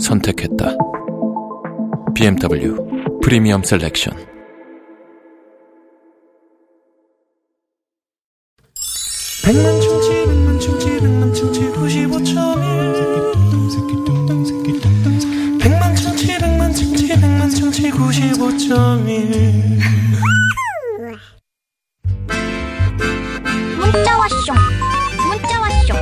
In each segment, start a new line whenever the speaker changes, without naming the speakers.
선택했다. BMW 프리미엄 셀렉션.
백만 충치 백만 충치 백만 충치 95.1 백만 충치 백만 충치 백만 충치 95.1
문자 왔쇼 문자 왔쇼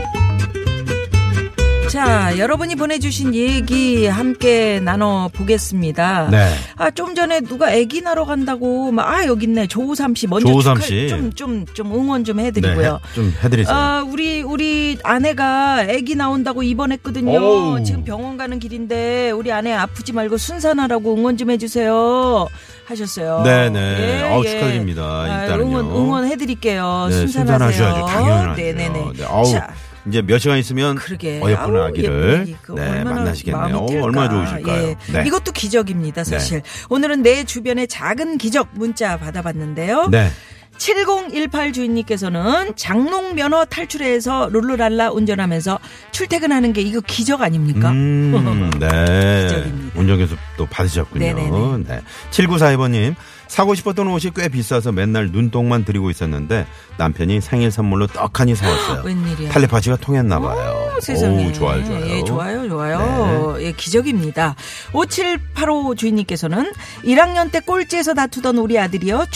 자, 여러분이 보내주신 얘기 함께 나눠보겠습니다.
네.
아, 좀 전에 누가 애기 나러 간다고, 막, 아, 여기 있네. 조우삼 씨. 먼저
조우삼
축하-
씨.
좀, 좀, 좀 응원 좀 해드리고요.
네, 좀 해드리세요.
아, 우리, 우리 아내가 애기 나온다고 입원했거든요.
오우.
지금 병원 가는 길인데, 우리 아내 아프지 말고 순산하라고 응원 좀 해주세요. 하셨어요. 예,
네네. 아우, 축하드립니다.
아,
일단은요.
응원, 응원해드릴게요.
네,
어, 순산하세요.
순산하셔야죠. 당연하죠.
네네네.
네, 아우,
자,
이제 몇 시간 있으면
그러게.
어여쁜
아우,
아기를
예쁘니. 그
네,
얼마나
만나시겠네요.
마음이
오,
뛸까.
얼마나 좋으실까요?
예.
네.
이것도 기적입니다, 사실. 오늘은 내 주변의 작은 기적 문자 받아봤는데요.
네.
7018 주인님께서는 장롱 면허 탈출해서 룰루랄라 운전하면서 출퇴근하는 게 이거 기적 아닙니까?
음, 네.
그러니까. 기적입니다.
운전교습 또 받으셨군요.
네네네.
네. 7942번님, 사고 싶었던 옷이 꽤 비싸서 맨날 눈동만 드리고 있었는데 남편이 생일 선물로 떡하니 사왔어요.
웬일이야.
텔레파시가 통했나봐요.
세상에.
오, 좋아요, 좋아요. 네.
예, 좋아요, 좋아요. 예, 기적입니다. 5785 주인님께서는 1학년 때 꼴찌에서 다투던 우리 아들이요.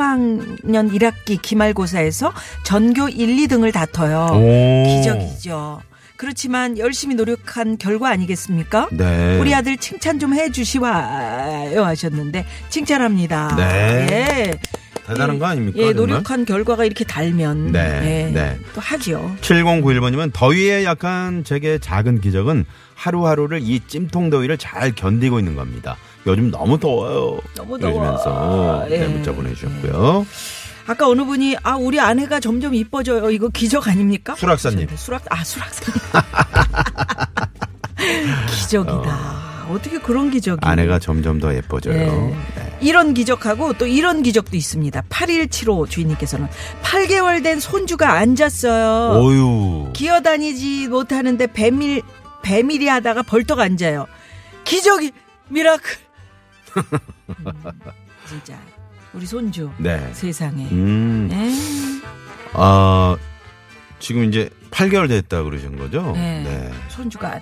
중3학년 1학기 기말고사에서 전교 1, 2등을 다퉈요.
오.
기적이죠. 그렇지만 열심히 노력한 결과 아니겠습니까?
네.
우리 아들 칭찬 좀 해주시와요 하셨는데 칭찬합니다.
네.
예.
대단한 거 아닙니까?
예,
정말?
노력한 결과가 이렇게 달면
네,
예,
네.
또 하지요.
7091번님은 더위에 약한 제게 작은 기적은 하루하루를 이 찜통 더위를 잘 견디고 있는 겁니다. 요즘 너무 더워요.
너무
이러시면서
더워.
네,
예.
문자 보내주셨고요.
아까 어느 분이 아 우리 아내가 점점 이뻐져요. 이거 기적 아닙니까?
수락사님.
하셨는데 수락 아 수락사님. 기적이다. 어. 떻게 그런 기적이?
아내가 점점 더 예뻐져요.
네.
네.
이런 기적하고 또 이런 기적도 있습니다. 8175 주인님께서는 8개월 된 손주가 앉았어요.
오유.
기어다니지 못하는데 배밀 배밀이 하다가 벌떡 앉아요. 기적이 미라클. 음, 진짜 우리 손주
네.
세상에. 네.
음,
에이.
아, 지금 이제 8개월 됐다 그러신 거죠?
네. 손주가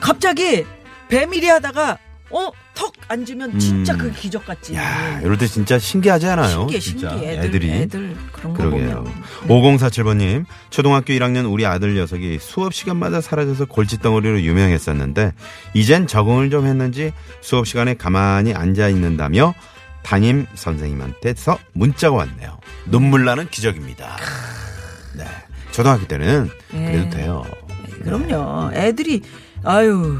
갑자기 배밀이 하다가 어 턱 앉으면 진짜
음.
그 기적 같지.
야, 이럴 때 진짜 신기하지 않아요?
네. 신기해
진짜.
신기해 애들,
애들이.
애들 그런 거
그러게요.
보면
5047번님, 초등학교 1학년 우리 아들 녀석이 수업 시간마다 사라져서 골칫덩어리로 유명했었는데, 이젠 적응을 좀 했는지 수업 시간에 가만히 앉아 있는다며 담임 선생님한테서 문자가 왔네요. 눈물 나는 기적입니다. 네. 초등학교 때는 그래도
예.
돼요.
그럼요. 애들이 아유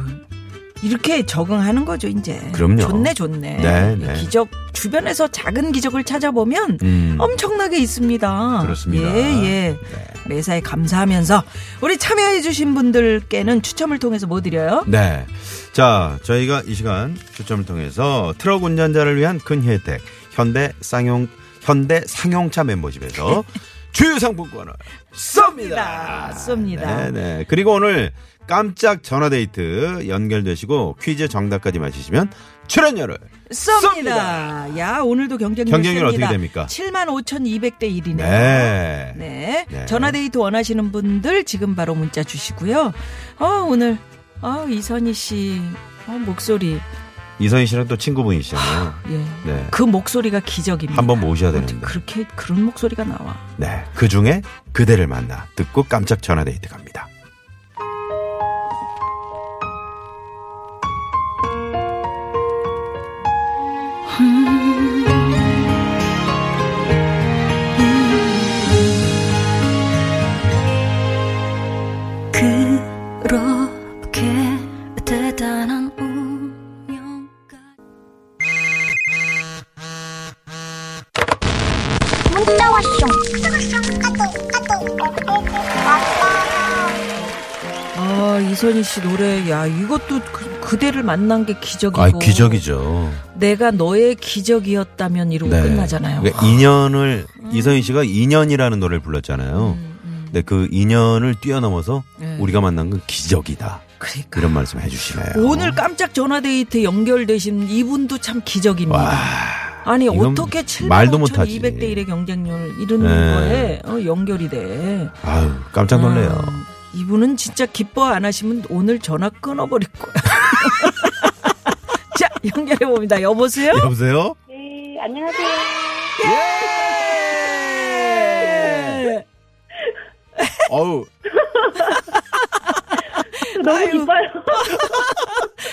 이렇게 적응하는 거죠 이제.
그럼요.
좋네 좋네.
네, 네.
기적 주변에서 작은 기적을 찾아보면
음.
엄청나게 있습니다.
그렇습니다.
예 예.
네.
매사에 감사하면서 우리 참여해주신 분들께는 추첨을 통해서 뭐 드려요?
네. 자, 저희가 이 시간 추첨을 통해서 트럭 운전자를 위한 큰 혜택, 현대 쌍용, 현대 상용차 멤버십에서 주요 상품권을 쏩니다.
쏩니다.
네네. 그리고 오늘 깜짝 전화데이트 연결되시고 퀴즈 정답까지 맞히시면 출연료를
쏩니다. 야, 오늘도 경쟁률
경쟁률
셉니다.
어떻게 됩니까?
75,200대 네, 1이네요.
네.
네.
네.
전화데이트 원하시는 분들 지금 바로 문자 주시고요. 어, 오늘, 어, 이선희 씨, 어, 목소리.
이선희 씨랑 또 친구분이시잖아요.
예.
네.
그 목소리가 기적입니다.
한번 모셔야
어떻게
되는데.
그렇게, 그런 목소리가 나와.
네. 그 중에 그대를 만나 듣고 깜짝 전화데이트 갑니다.
그렇게 대단한
밤 운명까지
문자 왔쇼 어, 까똑 까똑 왔다
아, 이선희 씨 노래. 야, 이것도 그, 그대를 만난 게 기적이고.
아, 기적이죠.
내가 너의 기적이었다면 이러고 끝나잖아요. 음.
그러니까 인연을 이선희 씨가 인연이라는 노래를 불렀잖아요. 근데 그 인연을 뛰어넘어서
네.
우리가 만난 건 기적이다.
그러니까.
이런 말씀 해주시네요.
오늘 깜짝 전화 데이트 연결되신 이분도 참 기적입니다. 아니
이건
어떻게 7
말도 못하지.
200대 1의 경쟁률 이런 거에
네.
어, 연결이 돼.
아유 깜짝 놀래요.
음, 이분은 진짜 기뻐 안 하시면 오늘 전화 끊어버릴 거야. 자 연결해 봅니다. 여보세요.
여보세요?
네, 안녕하세요.
네.
어우.
너무
아유.
기뻐요.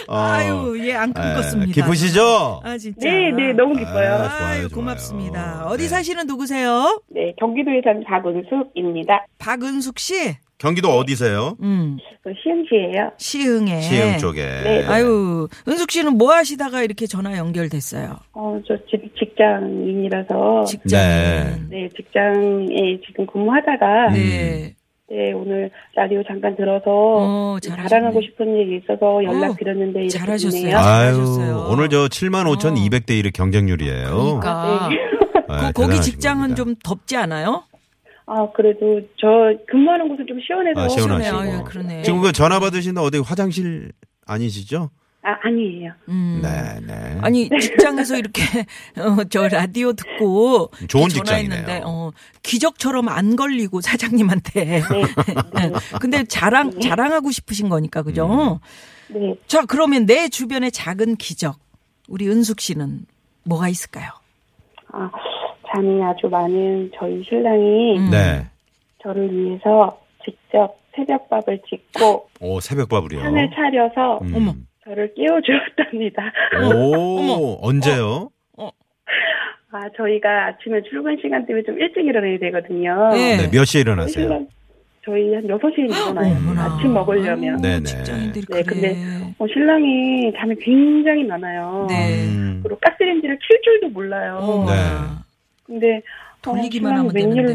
어.
아유 예안
예,
끊었습니다.
기쁘시죠?
아 진짜.
네, 네, 너무 기뻐요.
아, 좋아요,
아유,
좋아요.
고맙습니다. 어디
네.
사시는 누구세요?
네, 경기도에 사는 박은숙입니다.
박은숙 씨.
경기도 어디세요?
음
저그 시흥시예요.
시흥에.
시흥 쪽에.
네.
아유, 은숙 씨는 뭐 하시다가 이렇게 전화 연결됐어요?
어, 저 직- 직장인이라서
직장.
네.
네, 직장에 지금 근무하다가
네.
네,
네.
오늘 라디오 잠깐 들어서
어, 잘하셨네.
자랑하고 싶은 일이 있어서 연락
어,
드렸는데 이렇게
잘하셨어요.
됐네요.
아,
아유
잘하셨어요.
오늘 저 7만
어.
5천 200대 1의 경쟁률이에요.
그러니까
네,
거, 거기
대단하신
직장은
겁니다.
좀 덥지 않아요?
아, 그래도 저 근무하는 곳은 좀 시원해서
아, 시원하시고.
시원해요. 예, 그러네.
지금 그 전화 받으신 어디 화장실 아니시죠?
아, 아니에요.
음.
네, 네.
아니 직장에서 이렇게 어, 저 라디오 듣고
좋은
이렇게 전화했는데,
직장이네요.
어, 기적처럼 안 걸리고 사장님한테.
네.
근데 자랑 자랑하고 싶으신 거니까 그죠?
음.
네.
자 그러면 내 주변의 작은 기적 우리 은숙 씨는 뭐가 있을까요?
아, 잠이 아주 많은 저희 신랑이
음.
네.
저를 위해서 직접 새벽밥을 짓고
오 새벽밥을요.
판을 차려서
음.
어머.
저를 깨워주었답니다.
오 언제요?
어?
아, 저희가 아침에 출근 시간 때문에 좀 일찍 일어나야 되거든요.
네.
네, 몇 시에
저희
일어나세요?
신랑, 저희 한 6시에 일어나요.
어머나.
아침 먹으려면.
아유,
네네.
직장인들이
네,
그래.
어, 신랑이 잠이 굉장히 많아요.
네.
음.
그리고 가스레인지를 킬 줄도 몰라요.
어.
네.
근데 어,
돌리기만
신랑이
하면
웬일로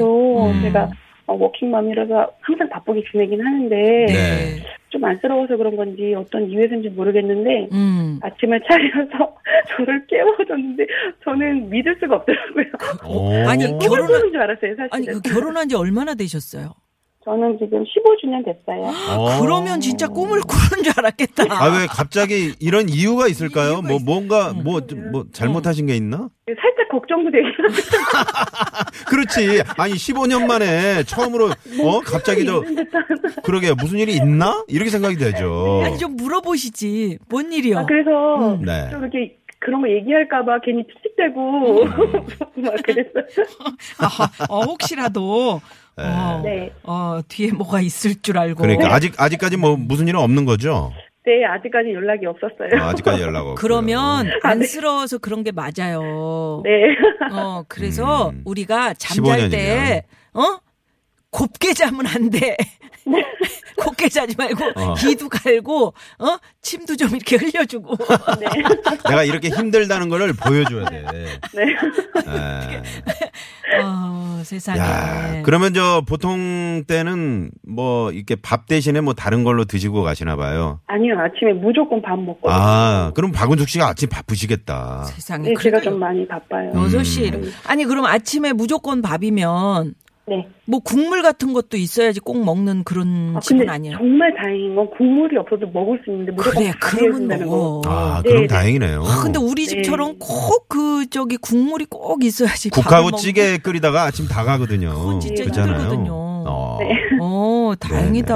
되는데. 음.
제가 어, 워킹맘이라서 항상 바쁘게 지내긴 하는데
네.
좀 안쓰러워서 그런 건지 어떤 이유에서인지 모르겠는데
음.
아침에 차려서 저를 깨워줬는데 저는 믿을 수가 없더라고요.
오.
아니, 그 결혼-
깨워주는 줄 알았어요, 사실은.
아니 그 결혼한 지 얼마나 되셨어요?
저는 지금 15주년 됐어요.
어.
아, 그러면 진짜 꿈을 꾸는 줄 알았겠다.
아 왜 갑자기 이런 이유가 있을까요?
이유가
뭐
있- 음.
뭔가 뭐 뭐 잘못하신 게 있나?
살짝 걱정도 되긴 하는데
그렇지. 아니 15년 만에 처음으로 어 갑자기 저 그러게 무슨 일이 있나? 이렇게 생각이 되죠.
아니 좀 물어보시지. 뭔 일이요?
아, 그래서
음.
네.
좀 이렇게 그런 거 얘기할까봐 괜히 픽픽대고
음.
막 그랬어요.
아, 어, 혹시라도 어,
네.
어, 뒤에 뭐가 있을 줄 알고.
그러니까 아직 아직까지 뭐 무슨 일은 없는 거죠?
네, 아직까지 연락이 없었어요.
아, 직까지 연락 없고.
그러면
아,
안쓰러워서 그런 게 맞아요.
네.
어, 그래서
음.
우리가 잠잘 때, 어? 곱게 자면 안 돼. 곱게 자지 말고,
어.
귀도 갈고, 어? 침도 좀 이렇게 흘려주고.
내가 이렇게 힘들다는 거를 보여줘야 돼.
네.
예.
어, 세상에.
야, 그러면 저 보통 때는 뭐 이렇게 밥 대신에 뭐 다른 걸로 드시고 가시나 봐요.
아니요, 아침에 무조건 밥 먹거든요.
아, 그럼 박은숙 씨가 아침 바쁘시겠다.
세상에.
네,
그래도
제가
음.
좀 많이 바빠요.
여섯 시
음.
이러면. 아니, 그럼 아침에 무조건 밥이면,
네.
뭐 국물 같은 것도 있어야지 꼭 먹는 그런
아,
집은
근데
아니에요.
정말 다행인 건 국물이 없어도 먹을 수 있는데 무조건
그래, 그러면 뭐
준비해준다는
먹어.
아,
네,
그럼
네.
다행이네요.
아, 근데 우리 집처럼 꼭 그 저기 국물이 꼭 있어야지. 밥을
국하고
먹는
찌개 끓이다가 아침 다 가거든요.
그건 진짜
그렇잖아요.
힘들거든요.
어.
네.
어, 다행이다.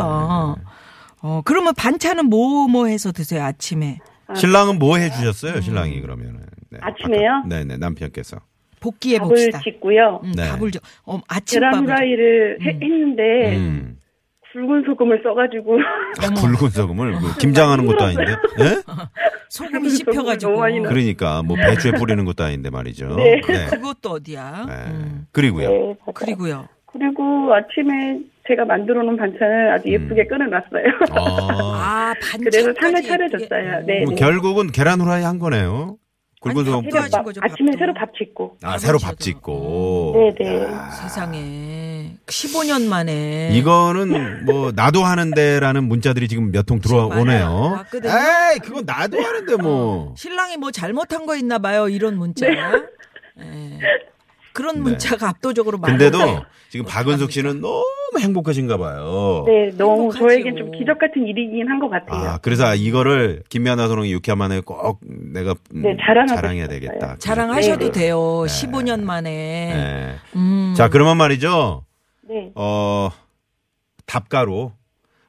어, 그러면 반찬은 뭐 뭐 해서 드세요, 아침에?
신랑은 뭐
음.
해주셨어요? 신랑이 그러면은. 네.
아침에요?
아까- 네네, 남편께서.
복귀해
밥을
봅시다.
짓고요.
음,
네.
밥을 줘. 어,
계란
아침밥을.
후라이를 해- 했는데
음.
굵은 소금을 써가지고
네.
아, 굵은 소금을
아,
그 김장하는 것도 아닌데. 예?
소금이 씹혀가지고.
너무 많이 넣어.
그러니까 뭐 배추에 뿌리는 것도 아닌데 말이죠.
네.
네.
그것도 어디야?
네.
음,
그리고요.
네, 맞아요.
그리고요.
그리고 아침에 제가 만들어 놓은 반찬을 아주 예쁘게 끓여놨어요. 네.
아.
음. 아, 반찬.
그래서 상을 차려줬어요. 네.
뭐 결국은 계란 후라이 한 거네요. 굵은
아니,
소금.
밥도
뿌려서.
하신
새벽밥,
거죠,
아침에
밥도.
새로 밥 짓고.
아, 새로 밥
아버지도.
짓고.
음. 네네.
아. 세상에. 15년 만에.
이거는 뭐 나도 하는데라는 문자들이 지금 몇 통
많아요.
들어오네요.
왔거든요.
에이, 그건 나도 하는데 뭐.
신랑이 뭐 잘못한 거 있나 봐요. 이런 문자가.
네.
예. 그런 문자가 압도적으로 어. 많은데.
네. 근데도 지금 박은숙 씨는 너무 행복하신가 봐요.
네, 너무
어. 행복하지요.
저에겐 좀 기적 같은 일이긴 한 것 같아요.
아, 그래서 이거를 김미아나 소롱이 유쾌한만에 꼭 내가 음,
네, 자랑하고
자랑해야
싶었어요.
되겠다.
자랑하셔도
네.
돼요. 15년 만에.
네.
음.
자, 그러면 말이죠.
네.
어, 답가로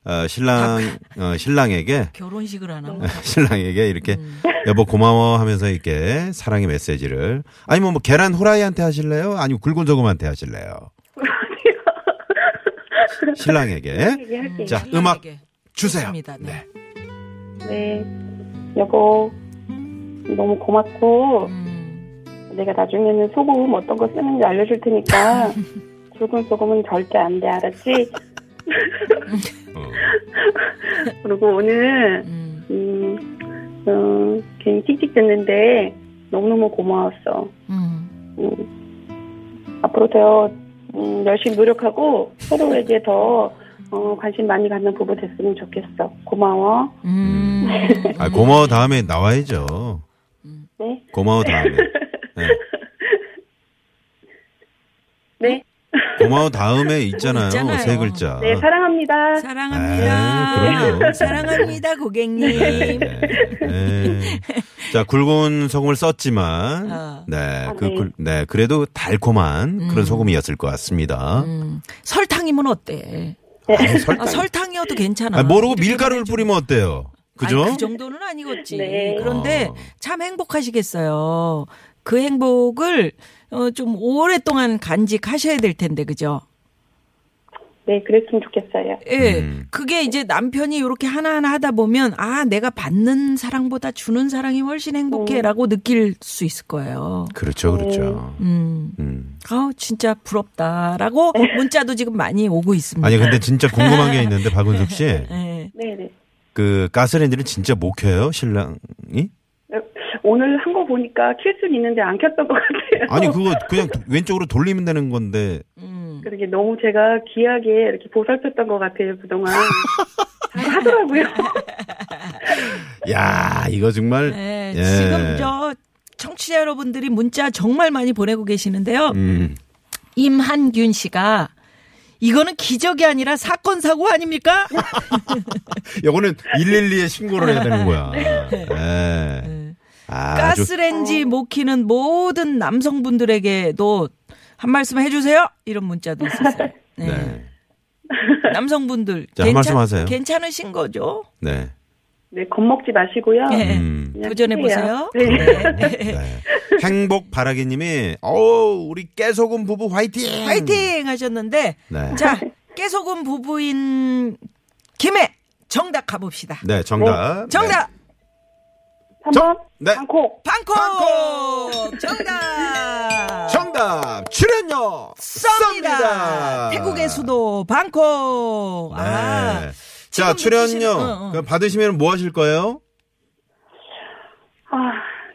어, 신랑 어, 신랑에게
결혼식을 하나.
신랑에게 이렇게
음.
여보 고마워 하면서 이렇게 사랑의 메시지를 아니면 뭐 계란 후라이한테 하실래요? 아니면 굵은 소금한테 하실래요? 신랑에게
얘기할게요.
자 음악
신랑에게.
주세요.
좋습니다. 네.
네.
네. 여보, 너무 고맙고,
음.
내가 나중에는 소금 어떤 거 쓰는지 알려줄 테니까, 굵은 소금은 절대 안 돼, 알았지?
어.
그리고 오늘,
음.
음, 음, 괜히 틱틱 됐는데, 너무너무 고마웠어.
음.
음, 앞으로 더 음, 열심히 노력하고, 서로에게 더 어, 관심 많이 갖는 부부 됐으면 좋겠어. 고마워.
음.
아, 고마워 다음에 나와야죠.
네.
고마워 다음에. 네.
네.
고마워 다음에 있잖아요.
있잖아요.
세 글자.
네, 사랑합니다.
사랑합니다.
에이, 그럼요.
사랑합니다,
네,
고객님.
네, 네. 자 굵은 소금을 썼지만
어.
네,
아,
그,
네.
굴- 네 그래도 달콤한
음.
그런 소금이었을 것 같습니다.
음. 설탕이면 어때?
아, 설탕.
아, 설탕이어도 괜찮아.
아, 모르고
이렇게
밀가루를
해줘.
뿌리면 어때요? 그죠?
아니, 그 정도는 아니겠지.
네.
그런데
어.
참 행복하시겠어요. 그 행복을 어, 좀 오랫동안 간직하셔야 될 텐데, 그죠?
네, 그랬으면 좋겠어요.
예.
음.
그게 이제 남편이 이렇게 하나하나 하다 보면, 아, 내가 받는 사랑보다 주는 사랑이 훨씬 행복해 라고 느낄 수 있을 거예요.
그렇죠, 그렇죠.
음.
음.
아우, 진짜 부럽다라고 문자도 지금 많이 오고 있습니다.
아니 근데 진짜 궁금한 게 있는데 박은숙 씨,
예.
네네.
그 가스레인지를 진짜 못 켜요 신랑이?
오늘 한 거 보니까 킬 수는 있는데 안 켰던 것 같아요.
아니 그거 그냥 왼쪽으로 돌리면 되는 건데
음.
그러게 너무 제가 귀하게 이렇게 보살폈던 것 같아요, 그동안. 잘 하더라고요.
야 이거 정말
네,
예.
지금 저 청취자 여러분들이 문자 정말 많이 보내고 계시는데요.
음.
임한균 씨가 이거는 기적이 아니라 사건 사고 아닙니까?
요거는 112에 신고를 해야 되는 거야. 예. 아, 아주
네. 가스렌지 못 키는 모든 남성분들에게도 한 말씀 해주세요. 이런 문자도 있었어요. 네.
네.
남성분들
자, 한 말씀 하세요.
괜찮으신 거죠?
네.
네, 겁먹지 마시고요.
네.
음.
그냥
도전해
힘내요.
보세요.
네.
네. 행복 바라기 님이 어우, 우리 깨소금 부부 화이팅!
파이팅 하셨는데
네.
자 깨소금 부부인 김해 정답 가봅시다.
네, 정답.
어, 정답.
한번
네.
방콕.
방콕!
방콕!
정답!
네. 정답. 출연료
썹니다!
쏩니다.
태국의 수도 방콕!
네.
아,
자,
지금
출연료
드시는- 어, 어.
그럼 받으시면 뭐 하실 거예요?
아,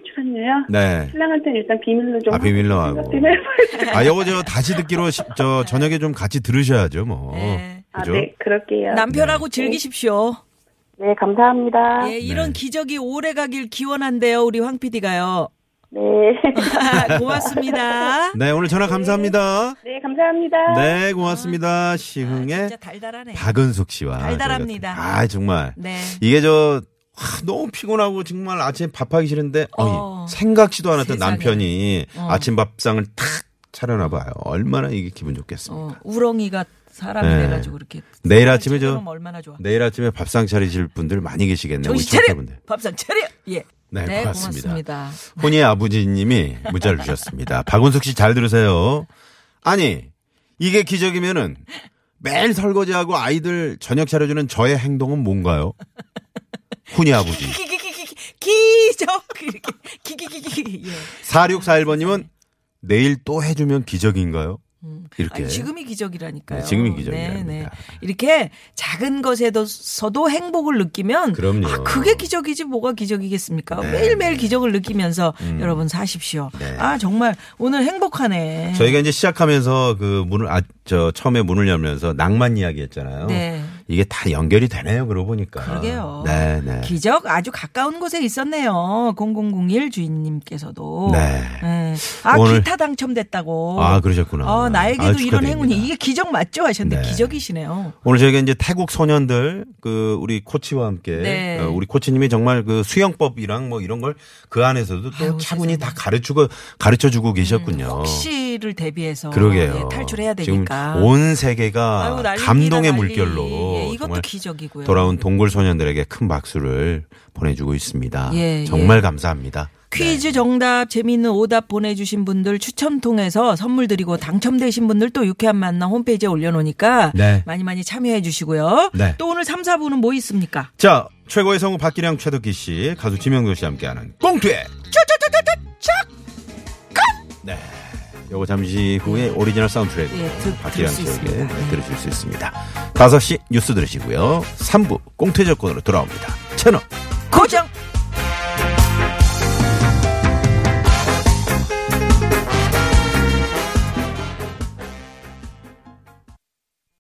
출연료요?
네.
신랑한테는 일단 비밀로 좀.
아, 비밀로 하고.
생각 좀 해봐야죠.
아, 요거 저 다시 듣기로 시- 저 저녁에 좀 같이 들으셔야죠, 뭐.
네.
아,
그죠?
네, 그럴게요.
남편하고 즐기십시오.
네,
아.
감사합니다.
예, 이런
네.
기적이 오래 가길 기원한대요, 우리 황 PD가요.
네.
고맙습니다.
네, 오늘 전화 감사합니다.
네, 감사합니다.
네, 고맙습니다. 시흥의
아, 진짜 달달하네.
박은숙 씨와.
달달합니다.
저희가 또- 아, 정말.
네.
이게 저, 아, 너무 피곤하고 정말 아침에 밥하기 싫은데, 어이,
어.
생각지도 않았던
세상에.
남편이
어.
아침 밥상을 탁 차려놔봐요. 얼마나 이게 기분 좋겠습니까.
어, 우렁이가 사람이
네.
돼가지고 이렇게.
내일 아침에 저-
그럼 얼마나 좋아.
내일 아침에 밥상 차리실 분들 많이 계시겠네요. 우리
정신 차려!
청취자분들.
밥상 차려! 예.
네, 고맙습니다.
고맙습니다.
혼의 아버지님이 문자를 주셨습니다. 박은숙 씨 잘 들으세요. 아니, 이게 기적이면은 매일 설거지하고 아이들 저녁 차려주는 저의 행동은 뭔가요? 혼의 아버지.
기기기기기 기적 이렇게 기기기기 예.
4641번님은 내일 또 해주면 기적인가요? 이렇게.
아니, 지금이 기적이라니까요.
네, 지금이
네,
기적이랍니다.
네. 이렇게 작은 것에서도 행복을 느끼면
그럼요.
아, 그게 기적이지 뭐가 기적이겠습니까?
네. 음.
매일매일 기적을 느끼면서 여러분 사십시오.
네.
아, 정말 오늘 행복하네.
저희가 이제 시작하면서 그 문을 아, 저 처음에 문을 열면서 낭만 이야기 했잖아요.
네.
이게 다 연결이 되네요. 그러고 보니까.
그러게요.
네, 네.
기적 아주 가까운 곳에 있었네요. 0001 주인님께서도.
네.
아,
오늘-
기타 당첨됐다고.
아, 그러셨구나.
어, 나에게도
아,
이런
축하드립니다.
행운이. 이게 기적 맞죠? 하셨는데
네.
기적이시네요.
오늘 저희가 이제 태국 소년들 그 우리 코치와 함께
네.
어, 우리 코치님이 정말 그 수영법이랑 뭐 이런 걸 그 안에서도 또
아유, 세상에.
차분히
음,
다 가르치고 가르쳐 주고 계셨군요.
혹시를 대비해서
어. 그러게요.
예, 탈출해야 되니까.
지금 온 세계가
아유, 난리입니다,
감동의
난리.
물결로
예, 이것도
정말
기적이고요.
돌아온 동굴 소년들에게 큰 박수를 보내주고 있습니다.
예,
정말 감사합니다. 네.
퀴즈 정답 재미있는 오답 보내주신 분들 추첨 통해서 선물 드리고 당첨되신 분들 또 유쾌한 만남 홈페이지에 올려놓으니까
네.
많이 많이 참여해 주시고요.
네.
또 오늘 3, 4부는 뭐 있습니까?
자, 최고의 성우 박기량 최덕기 씨, 가수 지명도 씨와 함께하는 꽁트의 네. 요거 잠시 후에 오리지널 사운드트랙
네. 예,
으로
들- 들을
박기량
수
씨에게
있습니다.
네, 들으실 수 있습니다. 5시 뉴스 들으시고요. 3부 꽁트 조건으로 돌아옵니다. 채널
고정!